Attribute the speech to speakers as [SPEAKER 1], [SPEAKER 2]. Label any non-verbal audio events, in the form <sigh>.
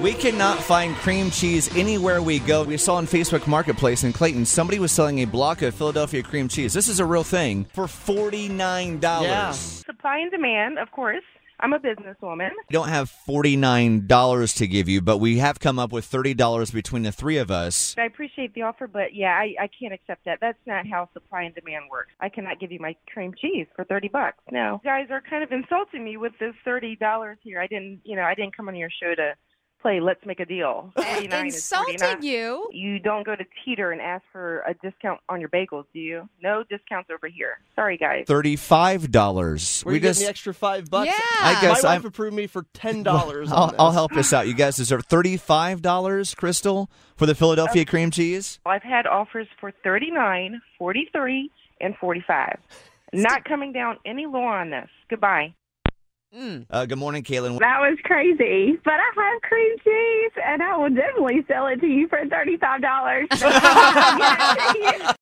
[SPEAKER 1] We cannot find cream cheese anywhere we go. We saw on Facebook Marketplace in Clayton, somebody was selling a block of Philadelphia cream cheese. This is a real thing for $49.
[SPEAKER 2] Yeah.
[SPEAKER 3] Supply and demand, of course. I'm a businesswoman.
[SPEAKER 1] We don't have $49 to give you, but we have come up with $30 between the three of us.
[SPEAKER 3] I appreciate the offer, but yeah, I, I can't accept that. That's not how supply and demand works. I cannot give you my cream cheese for thirty bucks. No, you guys are kind of insulting me with this thirty dollars here. I didn't, you know, I didn't come on your show to play let's make a deal. $49 is
[SPEAKER 4] <laughs> Insulting
[SPEAKER 3] $49.
[SPEAKER 4] you.
[SPEAKER 3] You don't go to Teeter and ask for a discount on your bagels, do you? No discounts over here. Sorry, guys.
[SPEAKER 1] $35.
[SPEAKER 2] Where
[SPEAKER 1] we
[SPEAKER 2] you getting
[SPEAKER 1] just
[SPEAKER 2] the extra five bucks?
[SPEAKER 4] Yeah.
[SPEAKER 1] I guess
[SPEAKER 2] My wife
[SPEAKER 1] I'm-
[SPEAKER 2] approved me for
[SPEAKER 1] <laughs>
[SPEAKER 2] ten dollars.
[SPEAKER 1] I'll, I'll help us out. You guys deserve $35, Crystal, for the Philadelphia cream cheese.
[SPEAKER 3] Well, I've had offers for thirty-nine, forty-three, and 45. Not coming down any lower on this. Goodbye.
[SPEAKER 1] Uh, good morning, Kaylin.
[SPEAKER 5] That was crazy. But I have cream <laughs> cheese, and I will definitely sell it to you for $35.